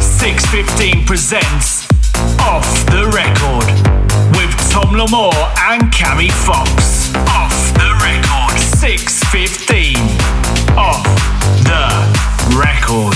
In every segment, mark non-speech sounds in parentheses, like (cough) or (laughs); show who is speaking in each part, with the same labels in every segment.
Speaker 1: 615 presents Off the Record with Tom Lamore and Cammy Fox. Off the Record. 615. Off the Record.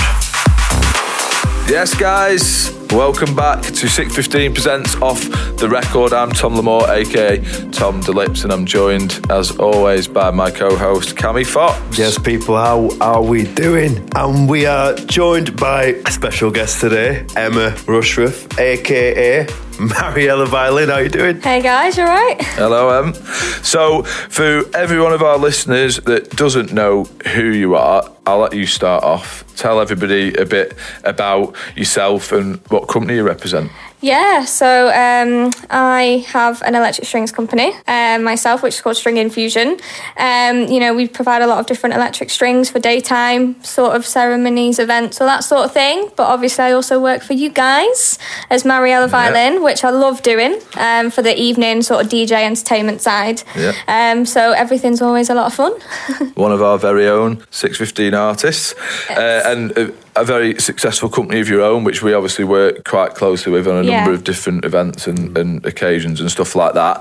Speaker 2: Yes, guys. Welcome back to 615 Presents Off the Record. I'm Tom Lamore, aka Tom DeLips, and I'm joined, as always, by my co host, Cammy Fox.
Speaker 3: Yes, people, how are we doing? And we are joined by a special guest today, Emma Rushworth, aka Mariella Violin. How you doing?
Speaker 4: Hey guys, you alright?
Speaker 2: Hello, Em. So, for every one of our listeners that doesn't know who you are, I'll let you start off. Tell everybody a bit about yourself and what company you represent.
Speaker 4: Yeah, so um, I have an electric strings company um, myself, which is called String Infusion. Um, you know, we provide a lot of different electric strings for daytime sort of ceremonies, events, all that sort of thing. But obviously, I also work for you guys as Mariella Violin, which I love doing um, for the evening sort of DJ entertainment side.
Speaker 2: Yeah.
Speaker 4: Um, so everything's always a lot of fun. (laughs)
Speaker 2: one of our very own 615 artists uh, and a, a very successful company of your own which we obviously work quite closely with on a
Speaker 4: Yeah.
Speaker 2: number of different events and, and occasions and stuff like that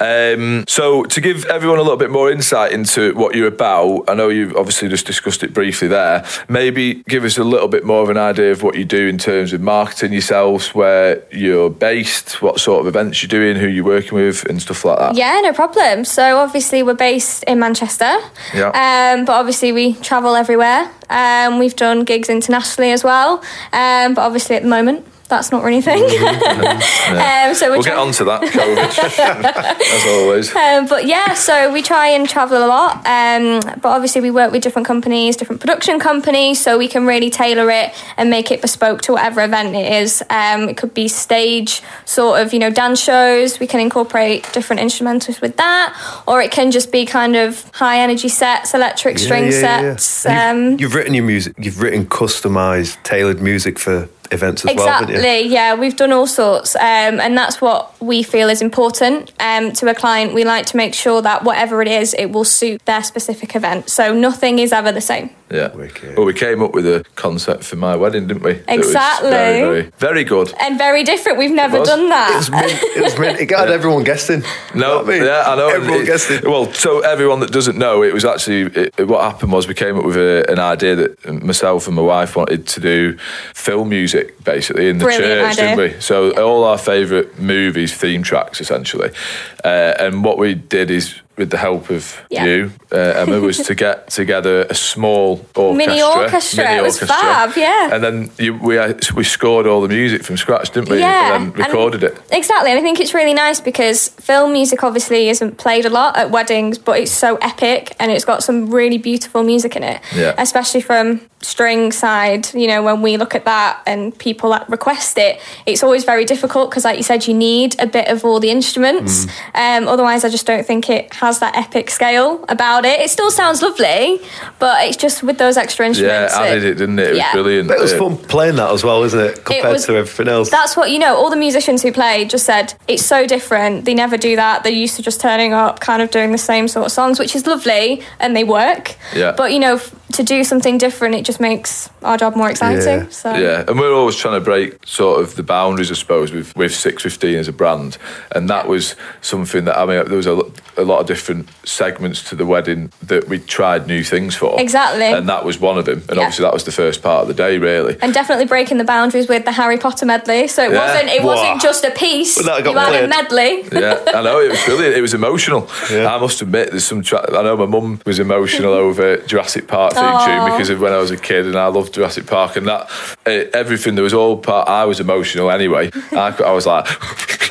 Speaker 2: um, so to give everyone a little bit more insight into what you're about i know you've obviously just discussed it briefly there maybe give us a little bit more of an idea of what you do in terms of marketing yourselves where you're based what sort of events you're doing who you're working with and stuff like that
Speaker 4: Yeah, no problem. So obviously we're based in Manchester.
Speaker 2: Yeah.
Speaker 4: Um, but obviously we travel everywhere. Um, we've done gigs internationally as well. Um, but obviously at the moment that's not really a thing. (laughs) um, so
Speaker 2: Mm-hmm.
Speaker 4: we're
Speaker 2: We'll
Speaker 4: try-
Speaker 2: get on to that, COVID,
Speaker 4: (laughs)
Speaker 2: as always.
Speaker 4: um, but yeah, so we try and travel a lot. Um, but obviously, we work with different companies, different production companies, so we can really tailor it and make it bespoke to whatever event it is. Um, it could be stage, sort of, you know, dance shows. We can incorporate different instrumentals with that, or it can just be kind of high energy sets, electric string
Speaker 3: Yeah, yeah, yeah.
Speaker 4: sets.
Speaker 3: You've-
Speaker 4: Um,
Speaker 3: you've, written your music. You've written customized, tailored music for events as well, haven't
Speaker 4: Exactly.
Speaker 3: you?
Speaker 4: yeah, we've done all sorts, um, and that's what we feel is important um, to a client. We like to make sure that whatever it is, it will suit their specific event. So nothing is ever the same.
Speaker 2: Yeah.
Speaker 3: Wicked.
Speaker 2: Well, we came up with a concept for my wedding, didn't we? That
Speaker 4: Exactly.
Speaker 2: Was very, very, very good.
Speaker 4: And very different. We've never
Speaker 2: was.
Speaker 4: done that.
Speaker 3: It was mint. It was mint. It got everyone guessing.
Speaker 2: No,
Speaker 3: You know what I mean?
Speaker 2: yeah, I know.
Speaker 3: Everyone
Speaker 2: It-
Speaker 3: guessing.
Speaker 2: Well, so everyone that doesn't know, it was actually it, it- what happened was we came up with a, an idea that myself and my wife wanted to do film music basically in the
Speaker 4: Brilliant
Speaker 2: church,
Speaker 4: idea.
Speaker 2: didn't we? So all our favourite movies, theme tracks, essentially, uh, and what we did is. With the help of
Speaker 4: Yeah.
Speaker 2: you, uh, Emma, was to get together a small orchestra.
Speaker 4: Mini orchestra, it was fab, yeah.
Speaker 2: And then you, we uh, we scored all the music from scratch, didn't we?
Speaker 4: Yeah,
Speaker 2: And
Speaker 4: and-
Speaker 2: then recorded it.
Speaker 4: Exactly, and I think it's really nice because film music obviously isn't played a lot at weddings, but it's so epic and it's got some really beautiful music in it.
Speaker 2: Yeah.
Speaker 4: Especially from string side, you know, when we look at that and people that request it, it's always very difficult because, like you said, you need a bit of all the instruments.
Speaker 2: Mm.
Speaker 4: Um, otherwise, I just don't think it has that epic scale about it. It still sounds lovely, but it's just with those extra
Speaker 2: Yeah,
Speaker 4: instruments.
Speaker 2: added it, didn't it? It
Speaker 4: yeah.
Speaker 2: was brilliant.
Speaker 3: But it was
Speaker 2: Uh,
Speaker 3: fun playing that as well, isn't it? Compared
Speaker 4: was-
Speaker 3: to everything else.
Speaker 4: That's what you know. All the musicians who played just said it's so different. They never do that. They're used to just turning up, kind of doing the same sort of songs, which is lovely, and they work.
Speaker 2: Yeah.
Speaker 4: But you know, f- to do something different, it just makes our job more exciting.
Speaker 3: Yeah.
Speaker 4: So
Speaker 2: Yeah, and we're always trying to break sort of the boundaries, I suppose, with with six fifteen as a brand, and that was something that I mean, there was a, lo- a lot of different segments to the wedding that we tried new things for.
Speaker 4: Exactly.
Speaker 2: and that was one of them, and
Speaker 4: Yeah.
Speaker 2: obviously that was the first part of the day, really.
Speaker 4: And definitely breaking the boundaries with the Harry Potter medley. So it
Speaker 2: Yeah.
Speaker 4: wasn't it
Speaker 3: Whoa.
Speaker 4: wasn't just a piece.
Speaker 3: Well, that got
Speaker 4: you had a
Speaker 3: played.
Speaker 4: medley.
Speaker 2: yeah, I know it was brilliant. It was emotional.
Speaker 3: Yeah.
Speaker 2: I must admit, there's some. Tra- I know my mum was emotional over Jurassic Park theme
Speaker 4: Aw.
Speaker 2: tune because of when I was a kid, and I loved Jurassic Park, and that uh, everything there was all part. I was emotional anyway. I, I was like. (laughs)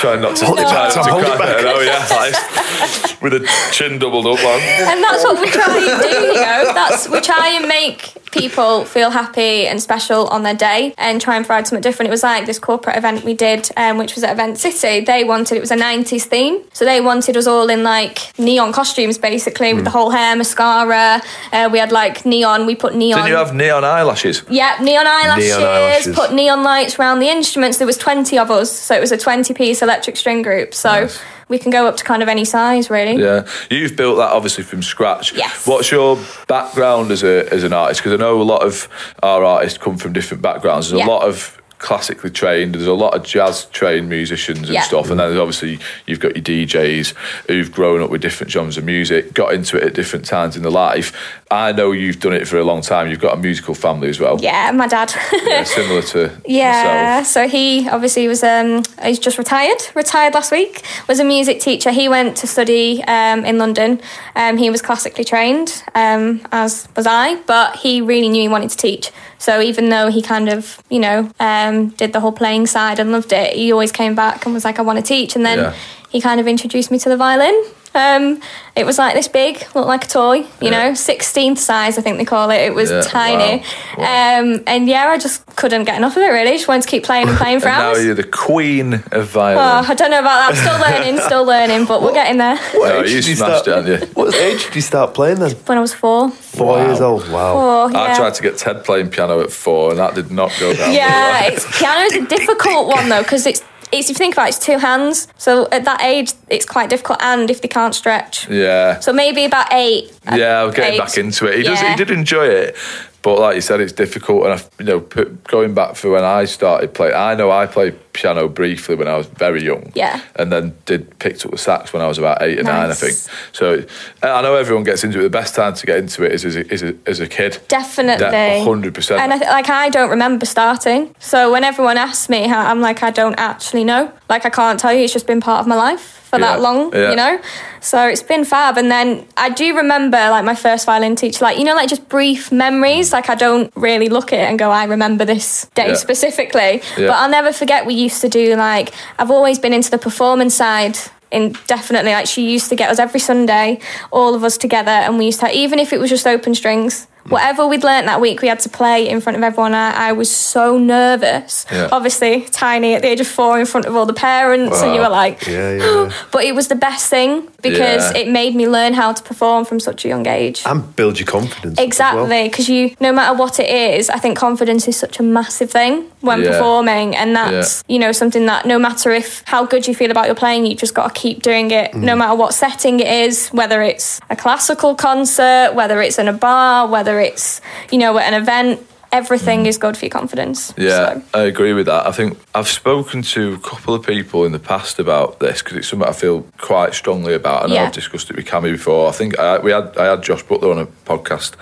Speaker 2: Trying not to,
Speaker 3: Hold it
Speaker 2: trying
Speaker 3: back,
Speaker 2: not to
Speaker 3: Tom, hold
Speaker 2: cry.
Speaker 3: it back.
Speaker 2: I know, yeah, like, (laughs) with a chin doubled up, man.
Speaker 4: and that's what we try and do, you
Speaker 2: (laughs)
Speaker 4: know. That's we try and make people feel happy and special on their day and try and provide something different. It was like this corporate event we did, um, which was at Event City. They wanted it was a nineties theme. So they wanted us all in like neon costumes basically
Speaker 2: Hmm.
Speaker 4: with the whole hair, mascara. Uh, we had like neon, we put neon
Speaker 2: Didn't you have neon eyelashes?
Speaker 4: Yep, neon eyelashes,
Speaker 3: eyelashes.
Speaker 4: Put neon lights round the instruments. There was twenty of us, so it was a twenty-piece electric string group. So
Speaker 2: Nice.
Speaker 4: we can go up to kind of any size, really.
Speaker 2: Yeah, you've built that obviously from scratch.
Speaker 4: Yes.
Speaker 2: What's your background as a as an artist? Because I know a lot of our artists come from different backgrounds. There's
Speaker 4: Yeah.
Speaker 2: a lot of classically trained. There's a lot of jazz trained musicians and
Speaker 4: Yeah.
Speaker 2: stuff. And then there's obviously you've got your DJs who've grown up with different genres of music, got into it at different times in their life. I know you've done it for a long time. You've got a musical family as well.
Speaker 4: Yeah, my dad.
Speaker 2: Yeah, similar to
Speaker 4: (laughs) Yeah,
Speaker 2: myself.
Speaker 4: so he obviously was um he's just retired, retired last week. Was a music teacher. He went to study um in London. Um he was classically trained um as was I, but he really knew he wanted to teach. So even though he kind of, you know, um did the whole playing side and loved it, he always came back and was like I want to teach and then
Speaker 2: Yeah.
Speaker 4: he kind of introduced me to the violin. Um, it was like this big, looked like a toy, you
Speaker 2: Yeah.
Speaker 4: know, 16th size, I think they call it. It was
Speaker 2: Yeah,
Speaker 4: tiny.
Speaker 2: wow,
Speaker 4: Um, and yeah, I just couldn't get enough of it really. Just wanted to keep playing and
Speaker 2: (laughs)
Speaker 4: playing for
Speaker 2: And now
Speaker 4: hours.
Speaker 2: you're the queen of
Speaker 4: Oh,
Speaker 2: violin.
Speaker 4: I don't know about
Speaker 2: (laughs)
Speaker 4: that. I'm still learning, still learning, but we're getting there.
Speaker 2: no,
Speaker 3: age
Speaker 2: you
Speaker 3: did you
Speaker 2: smashed
Speaker 3: start-
Speaker 2: it, haven't you?
Speaker 3: What age did you start playing then?
Speaker 4: When I was four.
Speaker 3: Four
Speaker 2: Wow.
Speaker 3: years old. Wow.
Speaker 4: Four,
Speaker 2: I
Speaker 4: Oh, yeah.
Speaker 2: tried to get Ted playing piano at four, and that did not go down.
Speaker 4: yeah, it's, piano's a difficult one though, because it's, it's, if you think about it, it's two hands. So at that age, it's quite difficult, and if they can't stretch.
Speaker 2: yeah,
Speaker 4: So maybe about eight.
Speaker 2: yeah. I'm getting
Speaker 4: eight.
Speaker 2: back into it. He does. He
Speaker 4: Yeah.
Speaker 2: did enjoy it, but like you said, it's difficult. And I, you know, put, going back for when I started playing, I know I played piano briefly when I was very young.
Speaker 4: Yeah.
Speaker 2: and then did picked up the sax when I was about eight or nine, I
Speaker 4: Nice.
Speaker 2: think. So uh, I know everyone gets into it. The best time to get into it is as a, is a, as a kid.
Speaker 4: Definitely.
Speaker 2: Yeah, 100%.
Speaker 4: And I th- like, I don't remember starting. So when everyone asks me, how, I'm like, I don't actually know. Like, I can't tell you. It's just been part of my life for
Speaker 2: Yeah,
Speaker 4: that long,
Speaker 2: yeah.
Speaker 4: you know? So it's been fab. And then I do remember, like, my first violin teacher, like, you know, like just brief memories. Like, I don't really look at it and go, I remember this day
Speaker 2: Yeah.
Speaker 4: specifically.
Speaker 2: Yeah.
Speaker 4: But I'll never forget, we used to do, like, I've always been into the performance side. In definitely, like she used to get us every Sunday, all of us together, and we used to even if it was just open strings,
Speaker 2: Mm.
Speaker 4: whatever we'd learnt that week, we had to play in front of everyone. I, I was so nervous,
Speaker 2: Yeah.
Speaker 4: obviously tiny at the age of four in front of all the parents, and you
Speaker 2: Wow.
Speaker 4: were like,
Speaker 3: Yeah, yeah.
Speaker 4: (gasps) but it was the best thing because
Speaker 2: Yeah.
Speaker 4: it made me learn how to perform from such a young age.
Speaker 3: and build your confidence. as well.
Speaker 4: Exactly, because you, no matter what it is, I think confidence is such a massive thing when
Speaker 2: Yeah.
Speaker 4: performing, and that's you know something that no matter if how good you feel about your playing, you just got to keep doing it, no
Speaker 2: Mm-hmm.
Speaker 4: matter what setting it is, whether it's a classical concert, whether it's in a bar, whether it's you know at an event. Everything is good for your confidence.
Speaker 2: Mm. Yeah,
Speaker 4: So,
Speaker 2: I agree with that. I think I've spoken to a couple of people in the past about this because it's something I feel quite strongly about. I know
Speaker 4: Yeah.
Speaker 2: I've discussed it with Cammy before. I think I, we had I had Josh Butler on a podcast,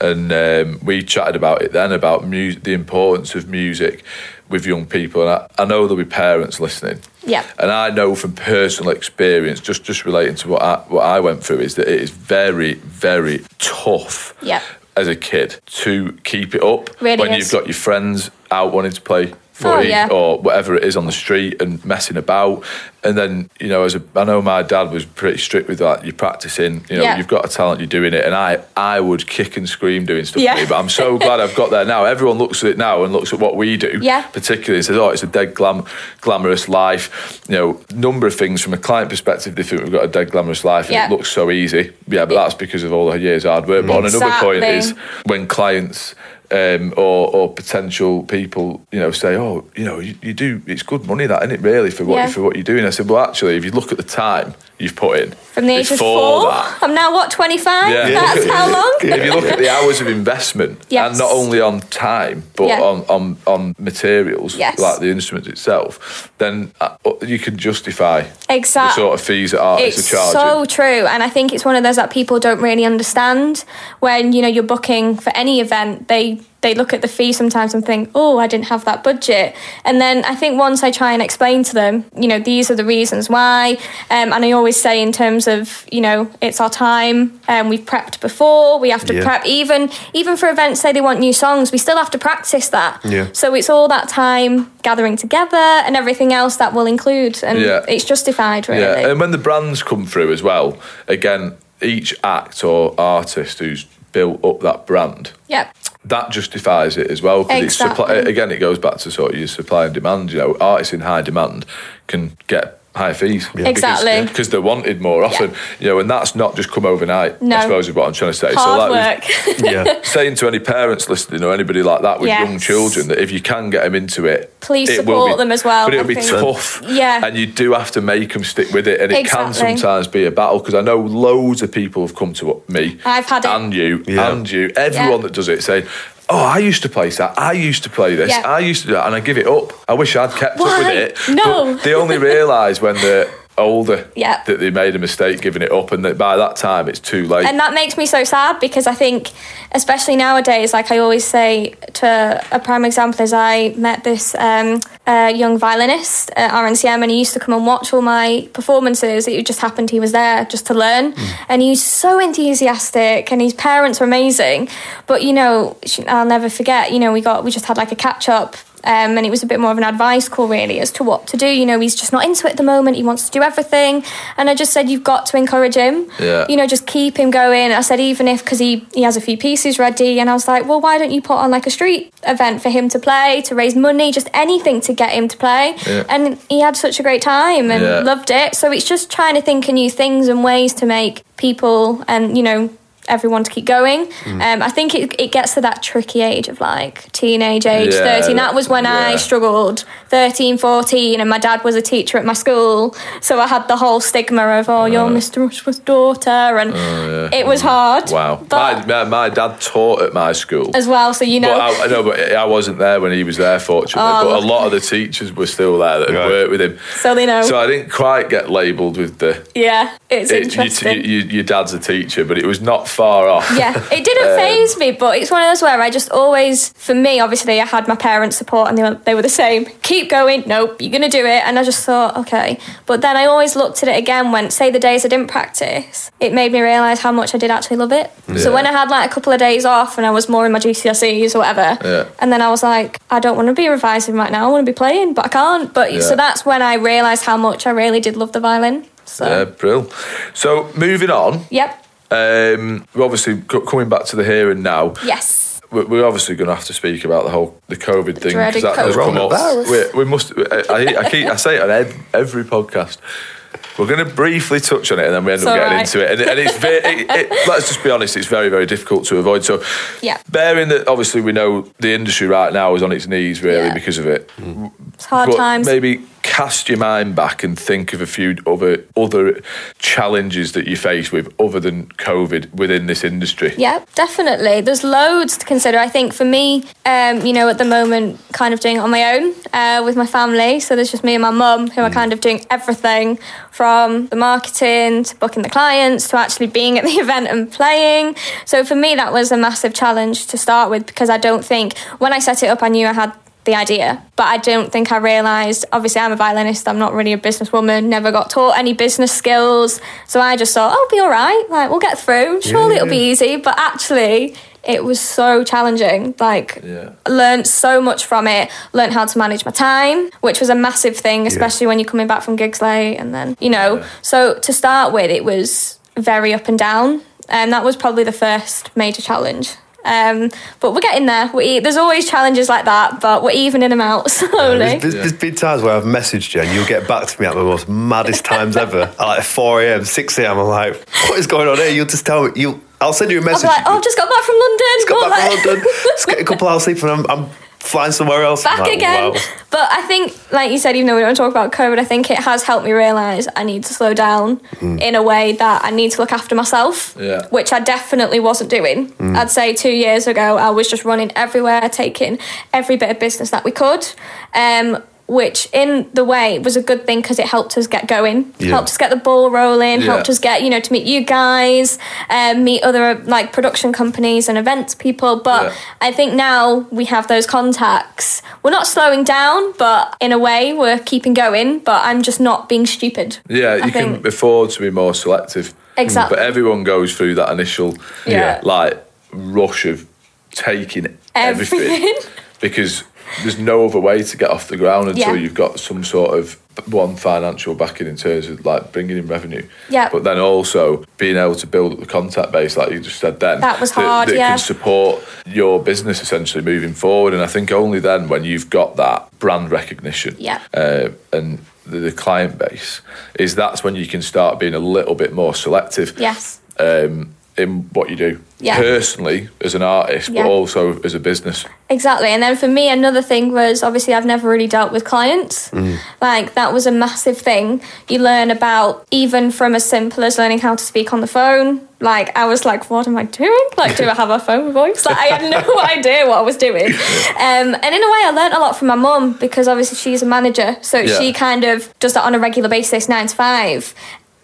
Speaker 2: and um, we chatted about it then about mu- the importance of music with young people. And I, I know there'll be parents listening.
Speaker 4: Yeah.
Speaker 2: And I know from personal experience, just just relating to what I, what I went through, is that it is very very tough.
Speaker 4: Yeah.
Speaker 2: As a kid, to keep it up
Speaker 4: Really
Speaker 2: when
Speaker 4: is.
Speaker 2: you've got your friends out wanting to play footy
Speaker 4: Oh, yeah.
Speaker 2: or whatever it is on the street and messing about. And then, you know, as a, I know my dad was pretty strict with that. You're practicing, you know,
Speaker 4: Yeah.
Speaker 2: you've got a talent, you're doing it. And I, I would kick and scream doing stuff.
Speaker 4: Yeah.
Speaker 2: with me, but I'm
Speaker 4: (laughs)
Speaker 2: so glad I've got there now. Everyone looks at it now and looks at what we do,
Speaker 4: Yeah.
Speaker 2: particularly and says, oh, it's a dead glam, glamorous life. You know, number of things from a client perspective, they think we've got a dead glamorous life and
Speaker 4: Yeah.
Speaker 2: it looks so easy. Yeah, but that's because of all the years hard work. But on another point
Speaker 4: Exactly.
Speaker 2: is when clients um, or, or potential people, you know, say, "Oh, you know, you, you do it's good money that, isn't it? Really for what
Speaker 4: Yeah.
Speaker 2: for what you're doing." I said, "Well, actually, if you look at the time you've put in
Speaker 4: from the age of
Speaker 2: before
Speaker 4: four,
Speaker 2: that,
Speaker 4: I'm now what 25.
Speaker 2: Yeah. (laughs)
Speaker 4: That's how long.
Speaker 2: if you look at
Speaker 4: (laughs)
Speaker 2: the hours of investment,
Speaker 4: Yes.
Speaker 2: and not only on time, but
Speaker 4: Yeah.
Speaker 2: on, on, on materials,
Speaker 4: Yes.
Speaker 2: like the instrument itself, then uh, you can justify the
Speaker 4: Exactly.
Speaker 2: sort of fees that artists
Speaker 4: it's
Speaker 2: are charging.
Speaker 4: so true and i think it's one of those that people don't really understand when you know you're booking for any event they they look at the fee sometimes and think oh i didn't have that budget and then i think once i try and explain to them you know these are the reasons why um, and i always say in terms of you know it's our time and we've prepped before we have to
Speaker 3: Yeah.
Speaker 4: prep even even for events say they want new songs we still have to practice that
Speaker 3: Yeah.
Speaker 4: so it's all that time gathering together and everything else that will include and
Speaker 2: Yeah.
Speaker 4: it's justified really
Speaker 2: Yeah, and when the brands come through as well, again, each act or artist who's built up that brand,
Speaker 4: Yep.
Speaker 2: that justifies it as well. 'cause It's supply,
Speaker 4: Exactly.
Speaker 2: again, it goes back to sort of your supply and demand. You know, artists in high demand can get high fees.
Speaker 4: Exactly.
Speaker 2: Because, 'cause they're wanted more often. You know, and that's not just come overnight,
Speaker 4: No.
Speaker 2: I suppose is what I'm trying to say. like
Speaker 4: Hard work. (laughs)
Speaker 3: Yeah.
Speaker 2: (laughs) saying to any parents listening or anybody like that with young
Speaker 4: Yes.
Speaker 2: children that if you can get them into it,
Speaker 4: Please
Speaker 2: it will
Speaker 4: support them as well,
Speaker 2: But it'll
Speaker 4: I
Speaker 2: be
Speaker 4: think.
Speaker 2: tough,
Speaker 4: Yeah.
Speaker 2: and you do have to make them stick with it, and it can
Speaker 4: Exactly.
Speaker 2: sometimes be a battle because I know loads of people have come to me,
Speaker 4: I've had it.
Speaker 2: and you,
Speaker 3: Yeah.
Speaker 2: and you, everyone
Speaker 4: Yeah.
Speaker 2: that does it saying. Oh, I used to play that. I used to play this.
Speaker 4: Yeah.
Speaker 2: I used to do that, and I give it up. I wish I'd kept up with
Speaker 4: Why?
Speaker 2: it.
Speaker 4: No.
Speaker 2: but they
Speaker 4: (laughs)
Speaker 2: only realise when they're older
Speaker 4: Yeah.
Speaker 2: that they made a mistake giving it up, and that by that time it's too late.
Speaker 4: and that makes me so sad because I think, especially nowadays, like I always say to a prime example is I met this um, uh, young violinist at RNCM and he used to come and watch all my performances. It just happened he was there just to learn, and he's so enthusiastic and his parents were amazing. But you know, sh- I'll never forget. You know, we got we just had like a catch up um, and it was a bit more of an advice call, really, as to what to do. You know, he's just not into it at the moment. He wants to do everything. And I just said, you've got to encourage him.
Speaker 2: Yeah.
Speaker 4: You know, just keep him going. I said, even if, because he, he has a few pieces ready. And I was like, well, why don't you put on like a street event for him to play, to raise money, just anything to get him to play.
Speaker 2: Yeah.
Speaker 4: And he had such a great time and
Speaker 2: Yeah.
Speaker 4: loved it. So it's just trying to think of new things and ways to make people and, you know, everyone to keep going.
Speaker 2: Mm.
Speaker 4: Um, I think it, it gets to that tricky age of like teenage age,
Speaker 2: Yeah,
Speaker 4: 13. That was when I
Speaker 2: yeah.
Speaker 4: struggled, 13, 14, and my dad was a teacher at my school. So I had the whole stigma of, oh, you're Mr. Rushworth's daughter. And it was hard.
Speaker 2: Oh, Wow.
Speaker 4: But
Speaker 2: my, my, my dad taught at my school.
Speaker 4: as well, so you know.
Speaker 2: But I, I know, but I wasn't there when he was there, fortunately.
Speaker 4: Oh,
Speaker 2: but a
Speaker 4: lucky.
Speaker 2: lot of the teachers were still there that had
Speaker 3: Right.
Speaker 2: worked with him.
Speaker 4: So they know.
Speaker 2: So I didn't quite get labelled with the.
Speaker 4: yeah, it's
Speaker 2: It, you,
Speaker 4: interesting.
Speaker 2: you, your dad's a teacher, but it was not far off. (laughs)
Speaker 4: yeah, it didn't
Speaker 2: Um,
Speaker 4: phase me, but it's one of those where I just always, for me, obviously, I had my parents' support and they were, they were the same. Keep going, nope, you're going to do it. And I just thought, okay. But then I always looked at it again when, say, the days I didn't practice, it made me realise how much I did actually love it. So when I had like a couple of days off and I was more in my GCSEs or whatever,
Speaker 2: Yeah.
Speaker 4: and then I was like, I don't want to be revising right now, I want to be playing, but I can't. But
Speaker 2: Yeah.
Speaker 4: so that's when I realised how much I really did love the violin. So,
Speaker 2: Yeah, brill. So moving on,
Speaker 4: yep,
Speaker 2: um, we're obviously co- coming back to the here and now.
Speaker 4: yes.
Speaker 2: We're- We're obviously going to have to speak about the whole the COVID thing
Speaker 4: dreaded
Speaker 2: that does
Speaker 4: COVID.
Speaker 2: come up.
Speaker 3: Coronavirus.
Speaker 2: We, we must. I, I, I keep. I say it on ev- every podcast. We're going to briefly touch on it, and then we end
Speaker 4: It's
Speaker 2: up
Speaker 4: all
Speaker 2: getting
Speaker 4: right.
Speaker 2: into it. And, and it's very, it, it, let's just be honest, it's very very difficult to avoid. So,
Speaker 4: Yeah.
Speaker 2: bearing that obviously we know the industry right now is on its knees really
Speaker 4: Yeah.
Speaker 2: because of it.
Speaker 4: It's hard
Speaker 2: But
Speaker 4: times.
Speaker 2: Maybe cast your mind back and think of a few other other challenges that you face with other than COVID within this industry.
Speaker 4: Yeah, definitely. There's loads to consider. I think for me, um, you know, at the moment, kind of doing it on my own uh, with my family. So there's just me and my mum who are kind of doing everything from the marketing to booking the clients to actually being at the (laughs) event and playing. So for me, that was a massive challenge to start with because I don't think when I set it up, I knew I had the idea. But I don't think I realised. Obviously, I'm a violinist. I'm not really a businesswoman. Never got taught any business skills. So I just thought, "Oh, I'll be all right. Like we'll get through. Surely it'll be easy. But actually, it was so challenging. Like
Speaker 2: Yeah.
Speaker 4: learned so much from it. Learned how to manage my time, which was a massive thing, especially when you're coming back from gigs late. And then you know, so to start with, it was very up and down. And that was probably the first major challenge. Um, but we're getting there. We, there's always challenges like that, but we're evening them out (laughs) slowly.
Speaker 3: There's, there's, there's been times where I've messaged you and you'll get back to me at my most maddest times
Speaker 4: (laughs)
Speaker 3: ever. At like 4 a.m., 6 a.m., I'm like, what is going on here? You'll just tell me. You, I'll send you a
Speaker 4: I'll be
Speaker 3: message.
Speaker 4: like, oh, I've just got back from London.
Speaker 3: just got
Speaker 4: What
Speaker 3: back
Speaker 4: the-
Speaker 3: from London. Just get a couple hours sleep and I'm, I'm flying somewhere else. I'm
Speaker 4: back
Speaker 3: like,
Speaker 4: again.
Speaker 3: wow.
Speaker 4: But I think, like you said, even though we don't talk about COVID, I think it has helped me realise I need to slow down
Speaker 3: Hmm.
Speaker 4: in a way that I need to look after myself,
Speaker 2: Yeah.
Speaker 4: which I definitely wasn't doing.
Speaker 3: Hmm.
Speaker 4: I'd say two years ago, I was just running everywhere, taking every bit of business that we could. Um, which in the way was a good thing because it helped us get going,
Speaker 3: Yeah.
Speaker 4: helped us get the ball rolling,
Speaker 2: Yeah.
Speaker 4: helped us get you know to meet you guys, um, meet other like production companies and events people. But
Speaker 2: Yeah.
Speaker 4: I think now we have those contacts. We're not slowing down, but in a way, we're keeping going. But I'm just not being stupid.
Speaker 2: Yeah,
Speaker 4: I
Speaker 2: you
Speaker 4: think
Speaker 2: can afford to be more selective.
Speaker 4: Exactly.
Speaker 2: But everyone goes through that initial
Speaker 4: Yeah.
Speaker 2: like rush of taking everything,
Speaker 4: everything.
Speaker 2: (laughs) because there's no other way to get off the ground until
Speaker 4: Yeah.
Speaker 2: you've got some sort of one financial backing in terms of like bringing in revenue.
Speaker 4: Yeah.
Speaker 2: But then also being able to build up the contact base like you just said then.
Speaker 4: That was hard,
Speaker 2: That
Speaker 4: yeah.
Speaker 2: can support your business essentially moving forward. And I think only then when you've got that brand recognition
Speaker 4: Yeah.
Speaker 2: uh, and the, the client base is that's when you can start being a little bit more selective
Speaker 4: Yes.
Speaker 2: um, in what you do
Speaker 4: Yeah.
Speaker 2: personally as an artist,
Speaker 4: Yeah.
Speaker 2: but also as a business.
Speaker 4: Exactly. And then for me, another thing was obviously I've never really dealt with clients.
Speaker 2: Mm.
Speaker 4: Like that was a massive thing. You learn about even from as simple as learning how to speak on the phone. Like I was like, what am I doing? Like, do I have a phone voice? Like I
Speaker 2: (laughs)
Speaker 4: had no idea what I was doing. Um, and in a way, I learned a lot from my mum because obviously she's a manager, so
Speaker 2: Yeah.
Speaker 4: she kind of does that on a regular basis, nine to five.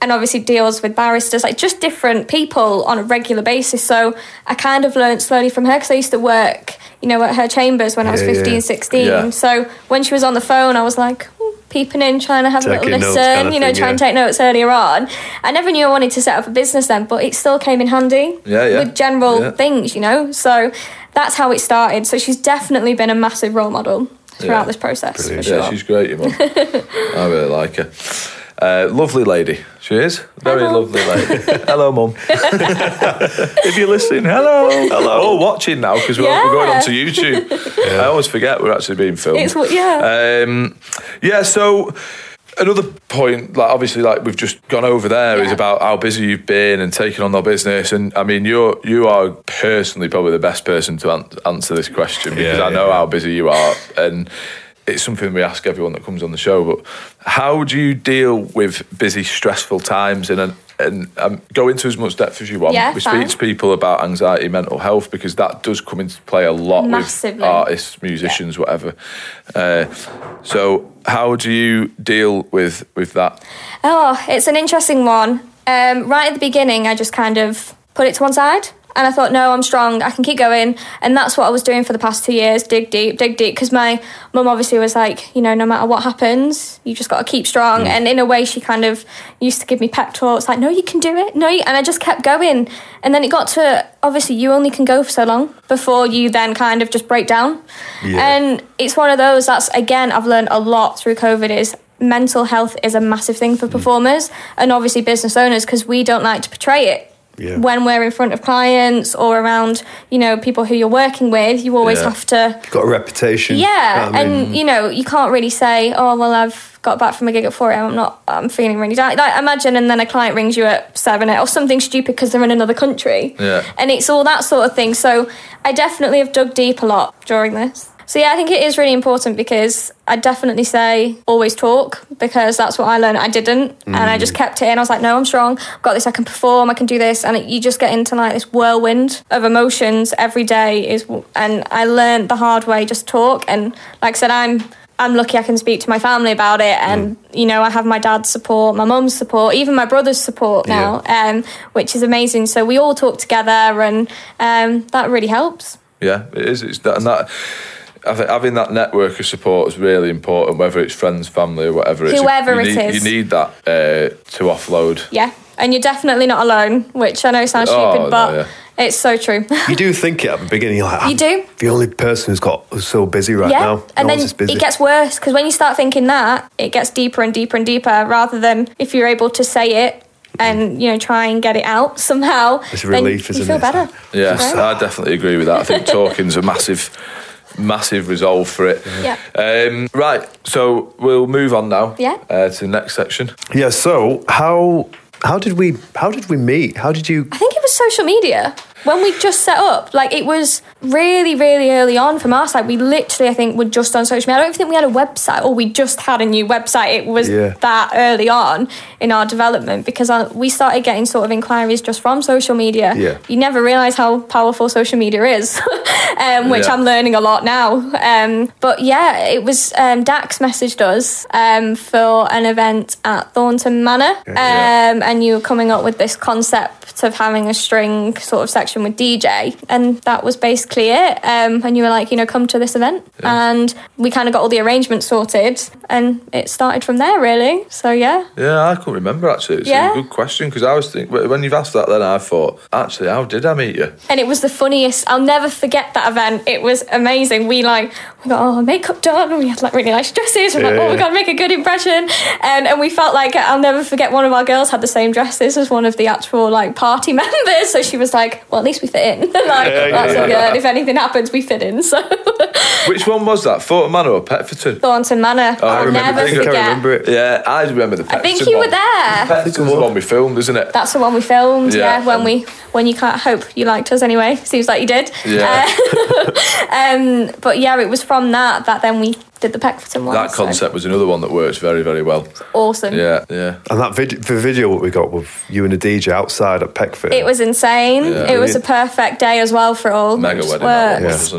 Speaker 4: And obviously deals with barristers, like just different people on a regular basis. So I kind of learned slowly from her because I used to work, you know, at her chambers when I was
Speaker 3: Yeah, yeah.
Speaker 4: 15, 16.
Speaker 2: Yeah.
Speaker 4: So when she was on the phone, I was like "Ooh," peeping in, trying to have a
Speaker 3: Taking
Speaker 4: little
Speaker 3: notes
Speaker 4: listen,
Speaker 3: kind of
Speaker 4: you know,
Speaker 3: thing,
Speaker 4: trying to
Speaker 3: yeah.
Speaker 4: take notes earlier on. I never knew I wanted to set up a business then, but it still came in handy
Speaker 2: Yeah, yeah.
Speaker 4: with general
Speaker 2: Yeah.
Speaker 4: things, you know. So that's how it started. So she's definitely been a massive role model throughout
Speaker 2: Yeah.
Speaker 4: this process. For
Speaker 3: Brilliant.
Speaker 4: sure.
Speaker 2: Yeah, she's great, your
Speaker 4: (laughs)
Speaker 2: mum. I really like her. Uh, lovely lady, she is. Very
Speaker 4: Hello.
Speaker 2: lovely
Speaker 4: (laughs)
Speaker 2: lady. hello, mum. if you're listening, hello, hello. Oh, watching now because we're, we're going
Speaker 4: Yeah.
Speaker 2: onto YouTube.
Speaker 4: (laughs)
Speaker 2: I always forget we're actually being filmed.
Speaker 4: It's what- yeah.
Speaker 2: Um, yeah. So. Another point, like obviously, like we've just gone over there, is
Speaker 4: Yeah.
Speaker 2: about how busy you've been and taking on that business. And I mean, you're you are personally probably the best person to an- answer this question (laughs) because
Speaker 3: Yeah,
Speaker 2: I know
Speaker 3: yeah.
Speaker 2: how busy you are, and it's something we ask everyone that comes on the show. But how do you deal with busy, stressful times? And an, and um, go into as much depth as you want.
Speaker 4: Yeah,
Speaker 2: we
Speaker 4: fine.
Speaker 2: speak to people about anxiety, mental health, because that does come into play a lot
Speaker 4: Massively.
Speaker 2: with artists, musicians, whatever. Uh, so, how do you deal with with that?
Speaker 4: Oh, it's an interesting one. Um, right at the beginning, I just kind of put it to one side. And I thought, no, I'm strong. I can keep going. And that's what I was doing for the past two years dig deep, dig deep. Because my mum obviously was like, you know, no matter what happens, you just got to keep strong. And in a way, she kind of used to give me pep talks like, no, you can do it. No, you... and I just kept going. And then it got to obviously, you only can go for so long before you then kind of just break down. And it's one of those that's, again, I've learned a lot through COVID is mental health is a massive thing for performers and obviously business owners because we don't like to portray it
Speaker 3: Yeah.
Speaker 4: when we're in front of clients or around you know people who you're working with you always
Speaker 2: Yeah.
Speaker 4: have to
Speaker 3: Got a reputation.
Speaker 4: yeah
Speaker 3: I mean,
Speaker 4: and you know you can't really say oh well i've got back from a gig at 4 a.m i'm not i'm feeling really down like imagine and then a client rings you at 7 or something stupid because they're in another country
Speaker 2: Yeah.
Speaker 4: and it's all that sort of thing so i definitely have dug deep a lot during this so yeah i think it is really important because i definitely say always talk because that's what i learned i didn't and i just kept it in i was like no i'm strong i've got this i can perform i can do this and it, you just get into like this whirlwind of emotions every day is and i learned the hard way just talk and like i said i'm I'm lucky I can speak to my family about it, and you know I have my dad's support, my mum's support, even my brother's support now, um, which is amazing. So we all talk together, and um, that really helps.
Speaker 2: Yeah, it is. It's that and that. I think having that network of support is really important, whether it's friends, family, or whatever. It's
Speaker 4: Whoever
Speaker 2: you
Speaker 4: it
Speaker 2: need,
Speaker 4: is.
Speaker 2: you need that uh, to offload.
Speaker 4: Yeah, and you're definitely not alone, which I know sounds
Speaker 2: Oh,
Speaker 4: stupid,
Speaker 2: no,
Speaker 4: but
Speaker 2: yeah.
Speaker 4: it's so true. (laughs)
Speaker 3: you do think it at the beginning. You're like, I'm
Speaker 4: You do.
Speaker 3: The only person who's got who's so busy right
Speaker 4: yeah,
Speaker 3: now.
Speaker 4: and
Speaker 3: no
Speaker 4: then
Speaker 3: one's as busy.
Speaker 4: it gets worse because when you start thinking that, it gets deeper and deeper and deeper. Rather than if you're able to say it and you know try and get it out somehow,
Speaker 3: It's a
Speaker 4: then
Speaker 3: relief,
Speaker 4: you
Speaker 3: isn't
Speaker 4: feel
Speaker 3: it?
Speaker 4: better.
Speaker 2: Yeah,
Speaker 4: Right?
Speaker 2: I definitely agree with that. I think talking's a massive, massive resolve for it.
Speaker 4: Yeah.
Speaker 2: Um, right, so we'll move on now.
Speaker 4: Yeah.
Speaker 2: Uh, to the next section.
Speaker 3: yeah. So how how did we how did we meet? How did you?
Speaker 4: I think it was social media when we just set up. Like it was really, really early on from our side. We literally, I think, were just on social media. I don't think we had a website, or we just had a new website. It was
Speaker 3: Yeah.
Speaker 4: that early on in our development because uh we started getting sort of inquiries just from social media.
Speaker 3: Yeah.
Speaker 4: You never realize how powerful social media is, (laughs) um, which
Speaker 2: Yeah.
Speaker 4: I'm learning a lot now. Um, but yeah, it was um, Dax messaged us um, for an event at Thornton Manor.
Speaker 3: Yeah.
Speaker 4: Um, um, and you were coming up with this concept of having a string sort of section with DJ, and that was basically it. Um, and you were like, you know, come to this event, and we kind of got all the arrangements sorted, and it started from there, really. So yeah,
Speaker 2: Yeah, I couldn't remember actually. It's
Speaker 4: Yeah.
Speaker 2: a good question because I was thinking when you've asked that, then I thought actually, how did I meet you?
Speaker 4: and it was the funniest. I'll never forget that event. It was amazing. We like we got all our makeup done, and we had like really nice dresses. We're like,
Speaker 3: Yeah,
Speaker 4: oh,
Speaker 3: yeah.
Speaker 4: we gotta make a good impression, and and we felt like I'll never forget. One of our girls had the same dresses as one of the actual like party (laughs) members, so she was like, well, at least we fit in. (laughs) like,
Speaker 3: Yeah,
Speaker 4: that's
Speaker 3: yeah,
Speaker 4: all
Speaker 3: yeah.
Speaker 4: good. If anything happens, we fit in. (laughs) So,
Speaker 2: Which one was that? Thornton Manor or Petford?
Speaker 4: Thornton Manor.
Speaker 2: I
Speaker 4: I'll
Speaker 2: remember-
Speaker 4: never
Speaker 2: I
Speaker 3: Oh, I think
Speaker 4: forget.
Speaker 3: I remember it.
Speaker 2: Yeah, I remember the Petford
Speaker 4: I think you were
Speaker 2: one.
Speaker 4: there.
Speaker 2: Petford's the one we filmed, isn't it?
Speaker 4: That's the one we filmed.
Speaker 2: Yeah.
Speaker 4: Yeah, when we when you can't hope you liked us anyway. (laughs) Seems like you did.
Speaker 2: Yeah.
Speaker 4: (laughs) Um, but yeah, it was from that that then we did the Peckford one.
Speaker 2: that
Speaker 4: so
Speaker 2: concept was another one that works very, very well.
Speaker 4: awesome.
Speaker 2: Yeah, yeah.
Speaker 3: And that vid- the video what we got with you and the DJ outside at Peckford.
Speaker 4: It was insane.
Speaker 2: Yeah.
Speaker 4: it was a perfect day as well for all.
Speaker 2: Mega
Speaker 4: It just
Speaker 2: wedding, that one,
Speaker 4: worked.
Speaker 2: was,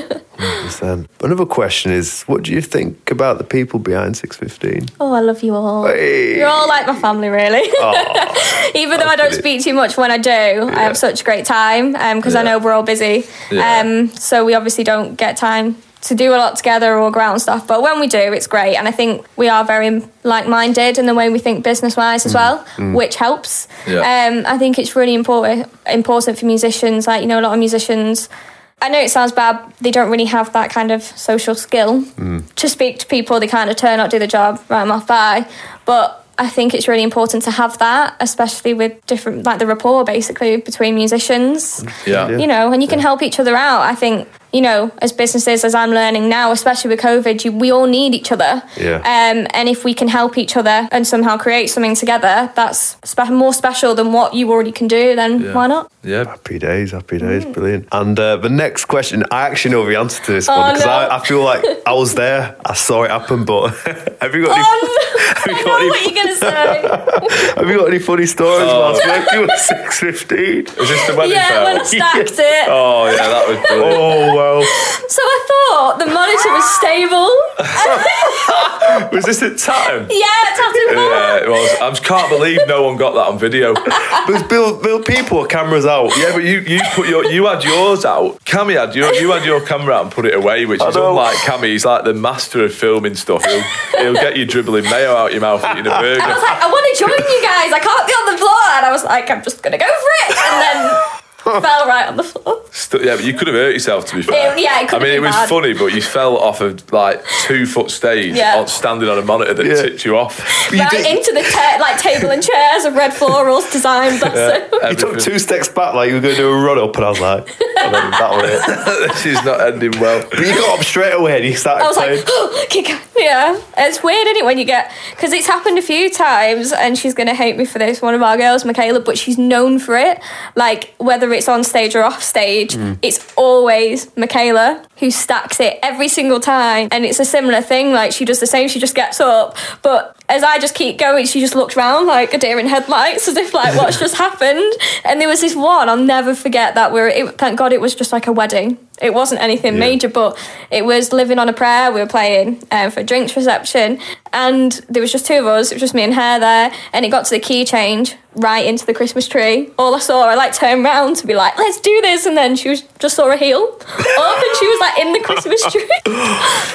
Speaker 2: wasn't it?
Speaker 4: (laughs)
Speaker 2: Yeah.
Speaker 3: Um, another question is, what do you think about the people behind 615?
Speaker 4: Oh, I love you all.
Speaker 3: Hey.
Speaker 4: You're all like my family, really. (laughs) Even though I don't
Speaker 3: it.
Speaker 4: speak too much when I do, I have such a great time because I
Speaker 2: Yeah.
Speaker 4: know we're all busy.
Speaker 2: Yeah.
Speaker 4: Um, so we obviously don't get time to do a lot together or go out and stuff. But when we do, it's great. And I think we are very like minded in the way we think business wise as well, which helps.
Speaker 2: Yeah.
Speaker 4: Um, I think it's really important important for musicians. Like, you know, a lot of musicians. I know it sounds bad. They don't really have that kind of social skill to speak to people. They kind of turn up, do the job, right, I'm off, bye. But I think it's really important to have that, especially with different, like the rapport basically between musicians
Speaker 2: yeah.
Speaker 3: Yeah.
Speaker 4: you know, and you can help each other out. I think, you know, as businesses, as I'm learning now, especially with COVID, you, we all need each other.
Speaker 3: Yeah.
Speaker 4: Um, and if we can help each other and somehow create something together, that's spe- more special than what you already can do, then
Speaker 2: Yeah. (laughs)
Speaker 4: why not?
Speaker 2: Yeah.
Speaker 3: Happy days, happy days, brilliant. And uh, the next question, I actually know the answer to this
Speaker 4: Oh,
Speaker 3: one because
Speaker 4: no.
Speaker 3: I, I feel like I was there, I saw it happen. But (laughs) have you
Speaker 2: (laughs)
Speaker 3: got any?
Speaker 4: Oh, no.
Speaker 3: (laughs) Have
Speaker 4: (laughs) I
Speaker 3: you
Speaker 4: know
Speaker 3: got
Speaker 4: what
Speaker 3: any?
Speaker 4: you're going to say.
Speaker 3: Have you got any funny stories whilst working with (laughs) six fifteen?
Speaker 2: Is this the wedding
Speaker 4: yeah,
Speaker 2: fair
Speaker 4: when I
Speaker 2: one? (laughs)
Speaker 4: stacked it.
Speaker 2: Oh, yeah, that was brilliant.
Speaker 3: Oh well,
Speaker 4: So I thought the monitor was
Speaker 2: (laughs)
Speaker 4: stable. (laughs)
Speaker 2: Was this at time?
Speaker 4: yeah, it's happened
Speaker 2: Yeah, it was. I just can't believe no one got that on video.
Speaker 3: there's Bill, Bill people, cameras out.
Speaker 2: Yeah, but you, you put your you had yours out. Cammy had your you had your camera out and put it away, which is
Speaker 3: know.
Speaker 2: unlike Cammy. He's like the master of filming stuff. He'll, he'll get you dribbling mayo out your mouth
Speaker 4: (laughs)
Speaker 2: eating a
Speaker 4: I was
Speaker 2: burger.
Speaker 4: like, I want to join you guys. I can't be on the floor. And I was like, I'm just going to go for it.
Speaker 2: (laughs)
Speaker 4: And then fell right on the floor.
Speaker 2: Stu- yeah, but you could have hurt yourself to be fair.
Speaker 4: It- yeah, it
Speaker 2: I
Speaker 4: could have
Speaker 2: mean, it
Speaker 4: been
Speaker 2: was
Speaker 4: bad.
Speaker 2: funny, but you fell off a like two foot stage
Speaker 4: Yeah.
Speaker 2: on standing on a monitor that
Speaker 3: Yeah.
Speaker 2: tipped you off.
Speaker 3: (laughs) You
Speaker 4: right
Speaker 3: did-
Speaker 4: into the ta- like table and chairs of red florals designed. That's
Speaker 3: You took
Speaker 2: Everything-
Speaker 3: two steps back like you were going to do a run up, and I was like, I mean, that was
Speaker 2: (laughs)
Speaker 3: it.
Speaker 2: this is not ending well.
Speaker 3: But you got up straight away and you started
Speaker 4: I was
Speaker 3: playing.
Speaker 4: like, (gasps) kick out. yeah. It's weird, isn't it, when you get because it's happened a few times, and she's gonna hate me for this. One of our girls, Michaela, but she's known for it. Like whether it's on stage or off stage, it's always Michaela who stacks it every single time, and it's a similar thing. Like she does the same. She just gets up, but as I just keep going, she just looks round like a deer in headlights, as if like what's just happened. And there was this one I'll never forget that we were. It, thank God it was just like a wedding. It wasn't anything major, but it was living on a prayer. We were playing um, for a drinks reception, and there was just two of us. It was just me and her there, and it got to the key change right into the Christmas tree. All I saw, I like turned round to be like, "Let's do this," and then she was just saw a heel (laughs) up, and she was like in the Christmas
Speaker 2: (laughs)
Speaker 4: tree.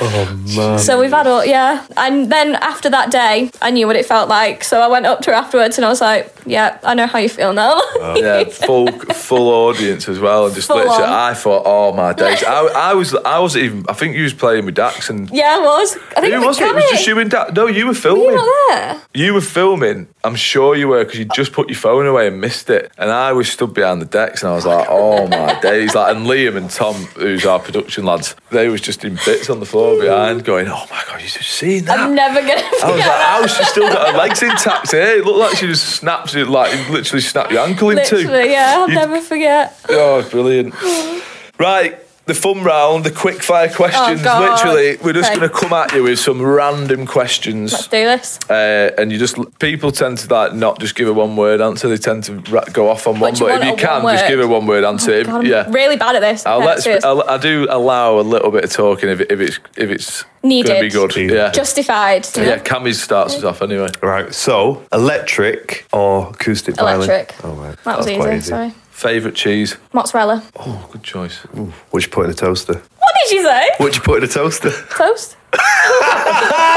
Speaker 2: Oh,
Speaker 4: So we've had all, yeah. And then after that day, I knew what it felt like. So I went up to her afterwards and I was like, yeah, I know how you feel now.
Speaker 2: yeah, full full audience as well, and just
Speaker 4: Full
Speaker 2: literally,
Speaker 4: on.
Speaker 2: I thought, oh my days, I, I was I was even, I think you was playing with Dax and.
Speaker 4: (laughs) yeah, it was. I think
Speaker 2: Who was it? It was just you and Dax. No, you were filming.
Speaker 4: You're not there.
Speaker 2: You were filming. I'm sure you were because you just put your phone away and missed it. And I was stood behind the decks and I was like, oh my (laughs) days. Like, and Liam and Tom, who's our production lads, they was just in bits on the floor behind, going, oh my god, you just seen that?
Speaker 4: I'm never going
Speaker 2: (laughs)
Speaker 4: to
Speaker 2: I was
Speaker 4: forget
Speaker 2: like,
Speaker 4: that.
Speaker 2: oh, she's still got her legs intact here. It looked like she just snapped it, like literally snapped your ankle in two.
Speaker 4: Literally, yeah, I'll
Speaker 2: You-
Speaker 4: never forget.
Speaker 2: Oh, it's brilliant. right, the fun round, the quick fire questions.
Speaker 4: Oh, God.
Speaker 2: Literally, we're just
Speaker 4: Okay.
Speaker 2: going to come at you with some random questions.
Speaker 4: Let's do this.
Speaker 2: Uh, and you just people tend to like not just give a one word answer. They tend to ra- go off on one.
Speaker 4: do you
Speaker 2: But if
Speaker 4: want
Speaker 2: you
Speaker 4: a
Speaker 2: can,
Speaker 4: one
Speaker 2: just
Speaker 4: word? Oh,
Speaker 2: give a one word answer. If-
Speaker 4: God, I'm
Speaker 2: yeah.
Speaker 4: really bad at this.
Speaker 2: I'll
Speaker 4: Okay,
Speaker 2: let's.
Speaker 4: do this.
Speaker 2: I'll, I do allow a little bit of talking if, if it's if it's
Speaker 4: Needed.
Speaker 2: Gonna be good.
Speaker 3: Needed.
Speaker 2: Yeah.
Speaker 4: Justified. you know?
Speaker 2: yeah. Cammy starts us off anyway.
Speaker 3: Right, so electric or acoustic violin?
Speaker 4: Electric.
Speaker 3: Oh, right.
Speaker 4: That was
Speaker 3: That's
Speaker 4: easy,
Speaker 3: quite
Speaker 4: sorry.
Speaker 2: Favorite cheese.
Speaker 4: Mozzarella.
Speaker 2: Oh, good choice.
Speaker 3: What'd you put in a toaster?
Speaker 4: What did you say?
Speaker 3: What'd you put in a toaster?
Speaker 2: (laughs)
Speaker 3: (laughs)
Speaker 4: Toast? Bread!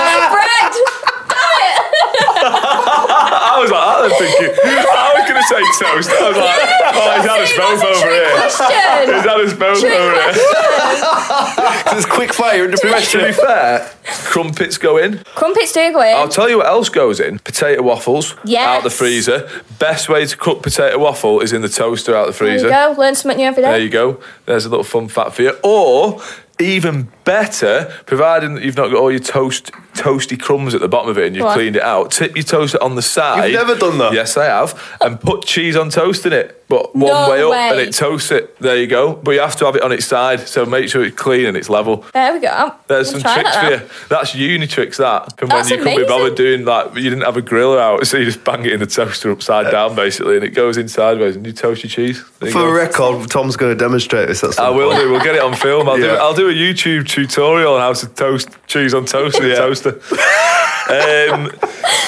Speaker 2: I was like, I was thinking. I was gonna say toast. I was
Speaker 4: (laughs)
Speaker 2: like, oh, he's had us
Speaker 4: That's
Speaker 2: both
Speaker 4: a
Speaker 2: over
Speaker 4: trick
Speaker 2: here.
Speaker 4: question.
Speaker 2: He's had us both
Speaker 4: Trick
Speaker 2: over here.
Speaker 4: question.
Speaker 3: there's quick fire under
Speaker 2: to be
Speaker 3: pressure.
Speaker 2: fair, crumpets go in.
Speaker 4: Crumpets do go in.
Speaker 2: I'll tell you what else goes in: potato waffles
Speaker 4: Yes.
Speaker 2: out the freezer. Best way to cook potato waffle is in the toaster out the
Speaker 4: there
Speaker 2: freezer.
Speaker 4: you go. Learn something new every day.
Speaker 2: There you go. There's a little fun fact for you. Or even better, providing that you've not got all your toast toasty crumbs at the bottom of it and you've
Speaker 4: Go on.
Speaker 2: cleaned it out, tip your toaster on the side.
Speaker 3: You've never done that.
Speaker 2: Yes, I have. And put cheese on toast in it, but one
Speaker 4: No
Speaker 2: way up
Speaker 4: way.
Speaker 2: and it toasts it. There you go. But you have to have it on its side, so make sure it's clean and it's level.
Speaker 4: There we go. I'm-
Speaker 2: There's
Speaker 4: I'm
Speaker 2: some
Speaker 4: trying
Speaker 2: tricks
Speaker 4: that
Speaker 2: for
Speaker 4: now.
Speaker 2: you. That's uni tricks, that. From when
Speaker 4: That's
Speaker 2: you couldn't be bothered doing
Speaker 4: amazing.
Speaker 2: like you didn't have a griller out, so you just bang it in the toaster upside down basically, and it goes in sideways, and you toast your cheese. There you
Speaker 3: For
Speaker 2: go.
Speaker 3: a record, Tom's going to demonstrate this. That's
Speaker 2: I will do. We'll get it on film. I'll, do,
Speaker 3: Yeah.
Speaker 2: I'll do a YouTube tutorial on how to toast cheese on toast with a toaster. um,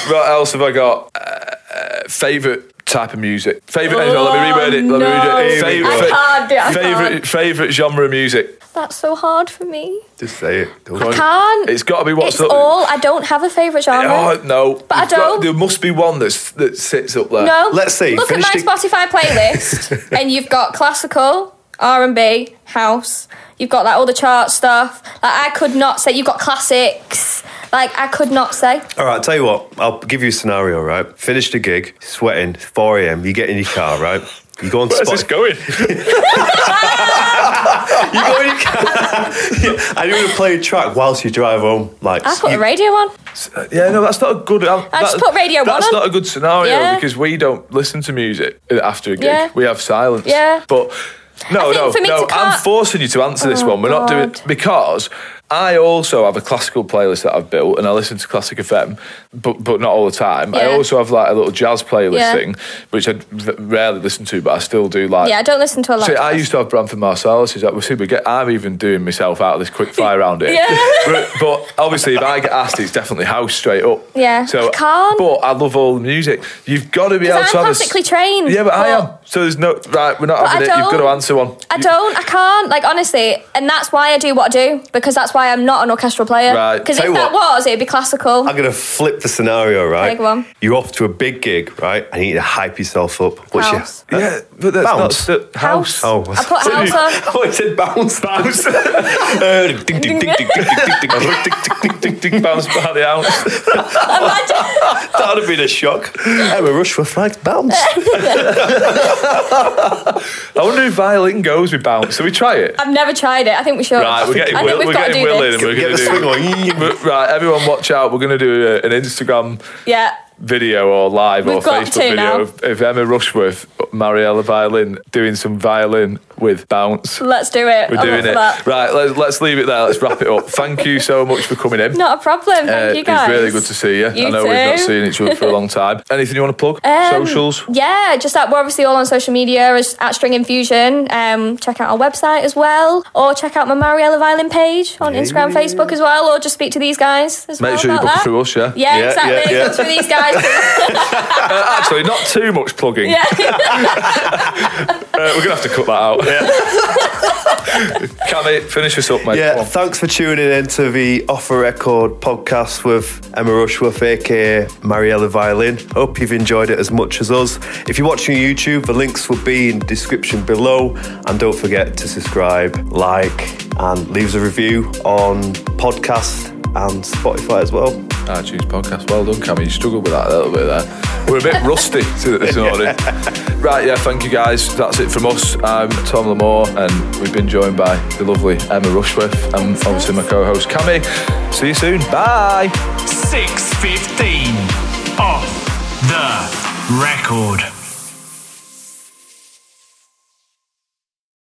Speaker 2: what else have I got? Uh, favorite type of music. Favorite.
Speaker 4: Oh,
Speaker 2: let me reword it. Let
Speaker 4: no.
Speaker 2: me reword it.
Speaker 3: Here we
Speaker 2: Favorite.
Speaker 3: go.
Speaker 4: I can't do it, I
Speaker 2: favorite. Favorite genre of music.
Speaker 4: That's so hard for me.
Speaker 3: Just say it. Don't-
Speaker 2: Come on.
Speaker 4: Can't.
Speaker 2: It's got to be what's
Speaker 4: It's
Speaker 2: up.
Speaker 4: all. I don't have a favourite genre.
Speaker 2: Oh no!
Speaker 4: But I
Speaker 2: You've got-
Speaker 4: don't.
Speaker 2: there must be one that's that sits up there.
Speaker 4: No.
Speaker 3: Let's see,
Speaker 4: Look at
Speaker 3: finish
Speaker 4: my
Speaker 3: the-
Speaker 4: Spotify
Speaker 2: (laughs)
Speaker 4: playlist, and you've got classical, R and B, house. You've got like all the chart stuff. Like I could not say. You've got classics. Like I could not say.
Speaker 3: All right, tell you what. I'll give you a scenario, right? Finish the gig, sweating, 4 a.m. You get in your car, right? You go on
Speaker 2: Where's this
Speaker 3: Spotify.
Speaker 2: (laughs)
Speaker 4: (laughs)
Speaker 2: going?
Speaker 3: You go in your car. yeah, and you're going to play a track whilst you drive home. Like,
Speaker 4: I put
Speaker 3: you-
Speaker 4: the radio on.
Speaker 2: Yeah, no, that's not a good. I
Speaker 4: just put Radio One
Speaker 2: That's
Speaker 4: on.
Speaker 2: not a good scenario
Speaker 4: Yeah.
Speaker 2: because we don't listen to music after a gig.
Speaker 4: Yeah.
Speaker 2: We have silence.
Speaker 4: Yeah.
Speaker 2: But no,
Speaker 4: I think
Speaker 2: no,
Speaker 4: for me
Speaker 2: no.
Speaker 4: to
Speaker 2: I'm
Speaker 4: cut-
Speaker 2: forcing you to answer this
Speaker 4: Oh,
Speaker 2: one. We're not doing
Speaker 4: God.
Speaker 2: because I also have a classical playlist that I've built and I listen to classic FM, but but not all the time. I
Speaker 4: Yeah.
Speaker 2: also have like a little jazz playlist
Speaker 4: Yeah.
Speaker 2: thing, which I rarely listen to, but I still do like.
Speaker 4: Yeah, I don't listen to a lot.
Speaker 2: See,
Speaker 4: of
Speaker 2: I
Speaker 4: jazz.
Speaker 2: used to have Branford Marsalis. Is that we see, we get. I'm even doing myself out of this quick fire round here.
Speaker 4: (laughs) Yeah.
Speaker 2: but, but obviously, if I get asked, it's definitely house straight up.
Speaker 4: Yeah.
Speaker 2: So
Speaker 4: I can't.
Speaker 2: But I love all the music. You've got to be able
Speaker 4: I'm
Speaker 2: to have a s-
Speaker 4: classically trained,
Speaker 2: Yeah, but, I
Speaker 4: but-
Speaker 2: am. So there's no right. We're not
Speaker 4: But
Speaker 2: having
Speaker 4: I
Speaker 2: it. You've got to
Speaker 4: don't-
Speaker 2: answer one.
Speaker 4: I don't. I can't. Like honestly, and that's why I do what I do because that's why I'm not an orchestral player.
Speaker 2: Right.
Speaker 4: Because
Speaker 3: Tell
Speaker 4: if
Speaker 3: you
Speaker 4: that
Speaker 3: what.
Speaker 4: was, it'd be classical.
Speaker 3: I'm going to flip the scenario, right?
Speaker 4: Okay, go on.
Speaker 3: You're off to a big gig, right? And you need to hype yourself up. What's
Speaker 4: House.
Speaker 3: your.
Speaker 2: yeah, but that's
Speaker 3: Bounce.
Speaker 2: not st- house.
Speaker 3: Oh,
Speaker 2: (laughs)
Speaker 4: I put house on.
Speaker 3: (laughs) Oh, it said bounce, bounce. (laughs) Uh, ding, ding, ding, ding, ding, ding, ding, ding, ding, ding, ding.
Speaker 2: Ding, ding, bounce by the house.
Speaker 4: (laughs) Imagine-
Speaker 3: That would have been a shock. Emma Rushworth likes bounce.
Speaker 2: I wonder if violin goes with bounce. So we try it.
Speaker 4: I've never tried it. I think we should.
Speaker 2: Right, we're getting
Speaker 4: I
Speaker 2: Will, we're
Speaker 4: think we've got to
Speaker 2: getting
Speaker 4: do
Speaker 2: Will in,
Speaker 4: this.
Speaker 2: and we're
Speaker 3: Get
Speaker 2: going
Speaker 3: the
Speaker 2: to
Speaker 3: swing
Speaker 2: do.
Speaker 3: (laughs) on.
Speaker 2: Right, everyone, watch out. We're going to do a, an Instagram
Speaker 4: Yeah.
Speaker 2: video or live or
Speaker 4: We've got
Speaker 2: Facebook
Speaker 4: to
Speaker 2: video
Speaker 4: now.
Speaker 2: of, of Emma Rushworth, Mariella Violin, doing some violin with bounce.
Speaker 4: Let's do it.
Speaker 2: We're
Speaker 4: I'm
Speaker 2: doing
Speaker 4: up for
Speaker 2: it.
Speaker 4: that.
Speaker 2: Right, let's, let's leave it there. Let's wrap it up. Thank you so much for coming in.
Speaker 4: Not a problem. Thank
Speaker 2: Uh,
Speaker 4: you guys.
Speaker 2: It's really good to see you.
Speaker 4: You
Speaker 2: I know we've not
Speaker 4: too.
Speaker 2: seen each other for a
Speaker 4: (laughs)
Speaker 2: long time. Anything you want to plug?
Speaker 4: Um,
Speaker 2: Socials?
Speaker 4: Yeah, just that we're obviously all on social media as at String Infusion. Um, check out our website as well, or check out my Mariella Violin page on Instagram, Facebook as well, or just speak to these guys as well
Speaker 2: Make sure you
Speaker 4: about
Speaker 2: book
Speaker 4: that.
Speaker 2: through us, yeah?
Speaker 4: Yeah,
Speaker 3: Yeah,
Speaker 4: exactly.
Speaker 3: yeah, yeah.
Speaker 4: Book through these guys. (laughs)
Speaker 2: Uh, actually, not too much plugging.
Speaker 4: yeah.
Speaker 2: Uh, we're going to have to cut that
Speaker 4: (laughs)
Speaker 2: out. Cammy, finish us up, mate. Come
Speaker 3: Yeah,
Speaker 2: on.
Speaker 3: thanks for tuning in to the Off a Record podcast with Emma Rushworth, aka Mariella Violin. Hope you've enjoyed it as much as us. If you're watching YouTube, the links will be in the description below. And don't forget to subscribe, like, and leave us a review on podcast and Spotify as well.
Speaker 2: iTunes podcast. Well done, Cammy. You struggled with that a little bit there. We're a bit rusty (laughs) to this morning. Right, yeah, thank you guys. That's it from us. I'm Tom Lamore, and we've been joined by the lovely Emma Rushworth and obviously my co host Cammy. See you soon. Bye.
Speaker 1: 6.15 off the record.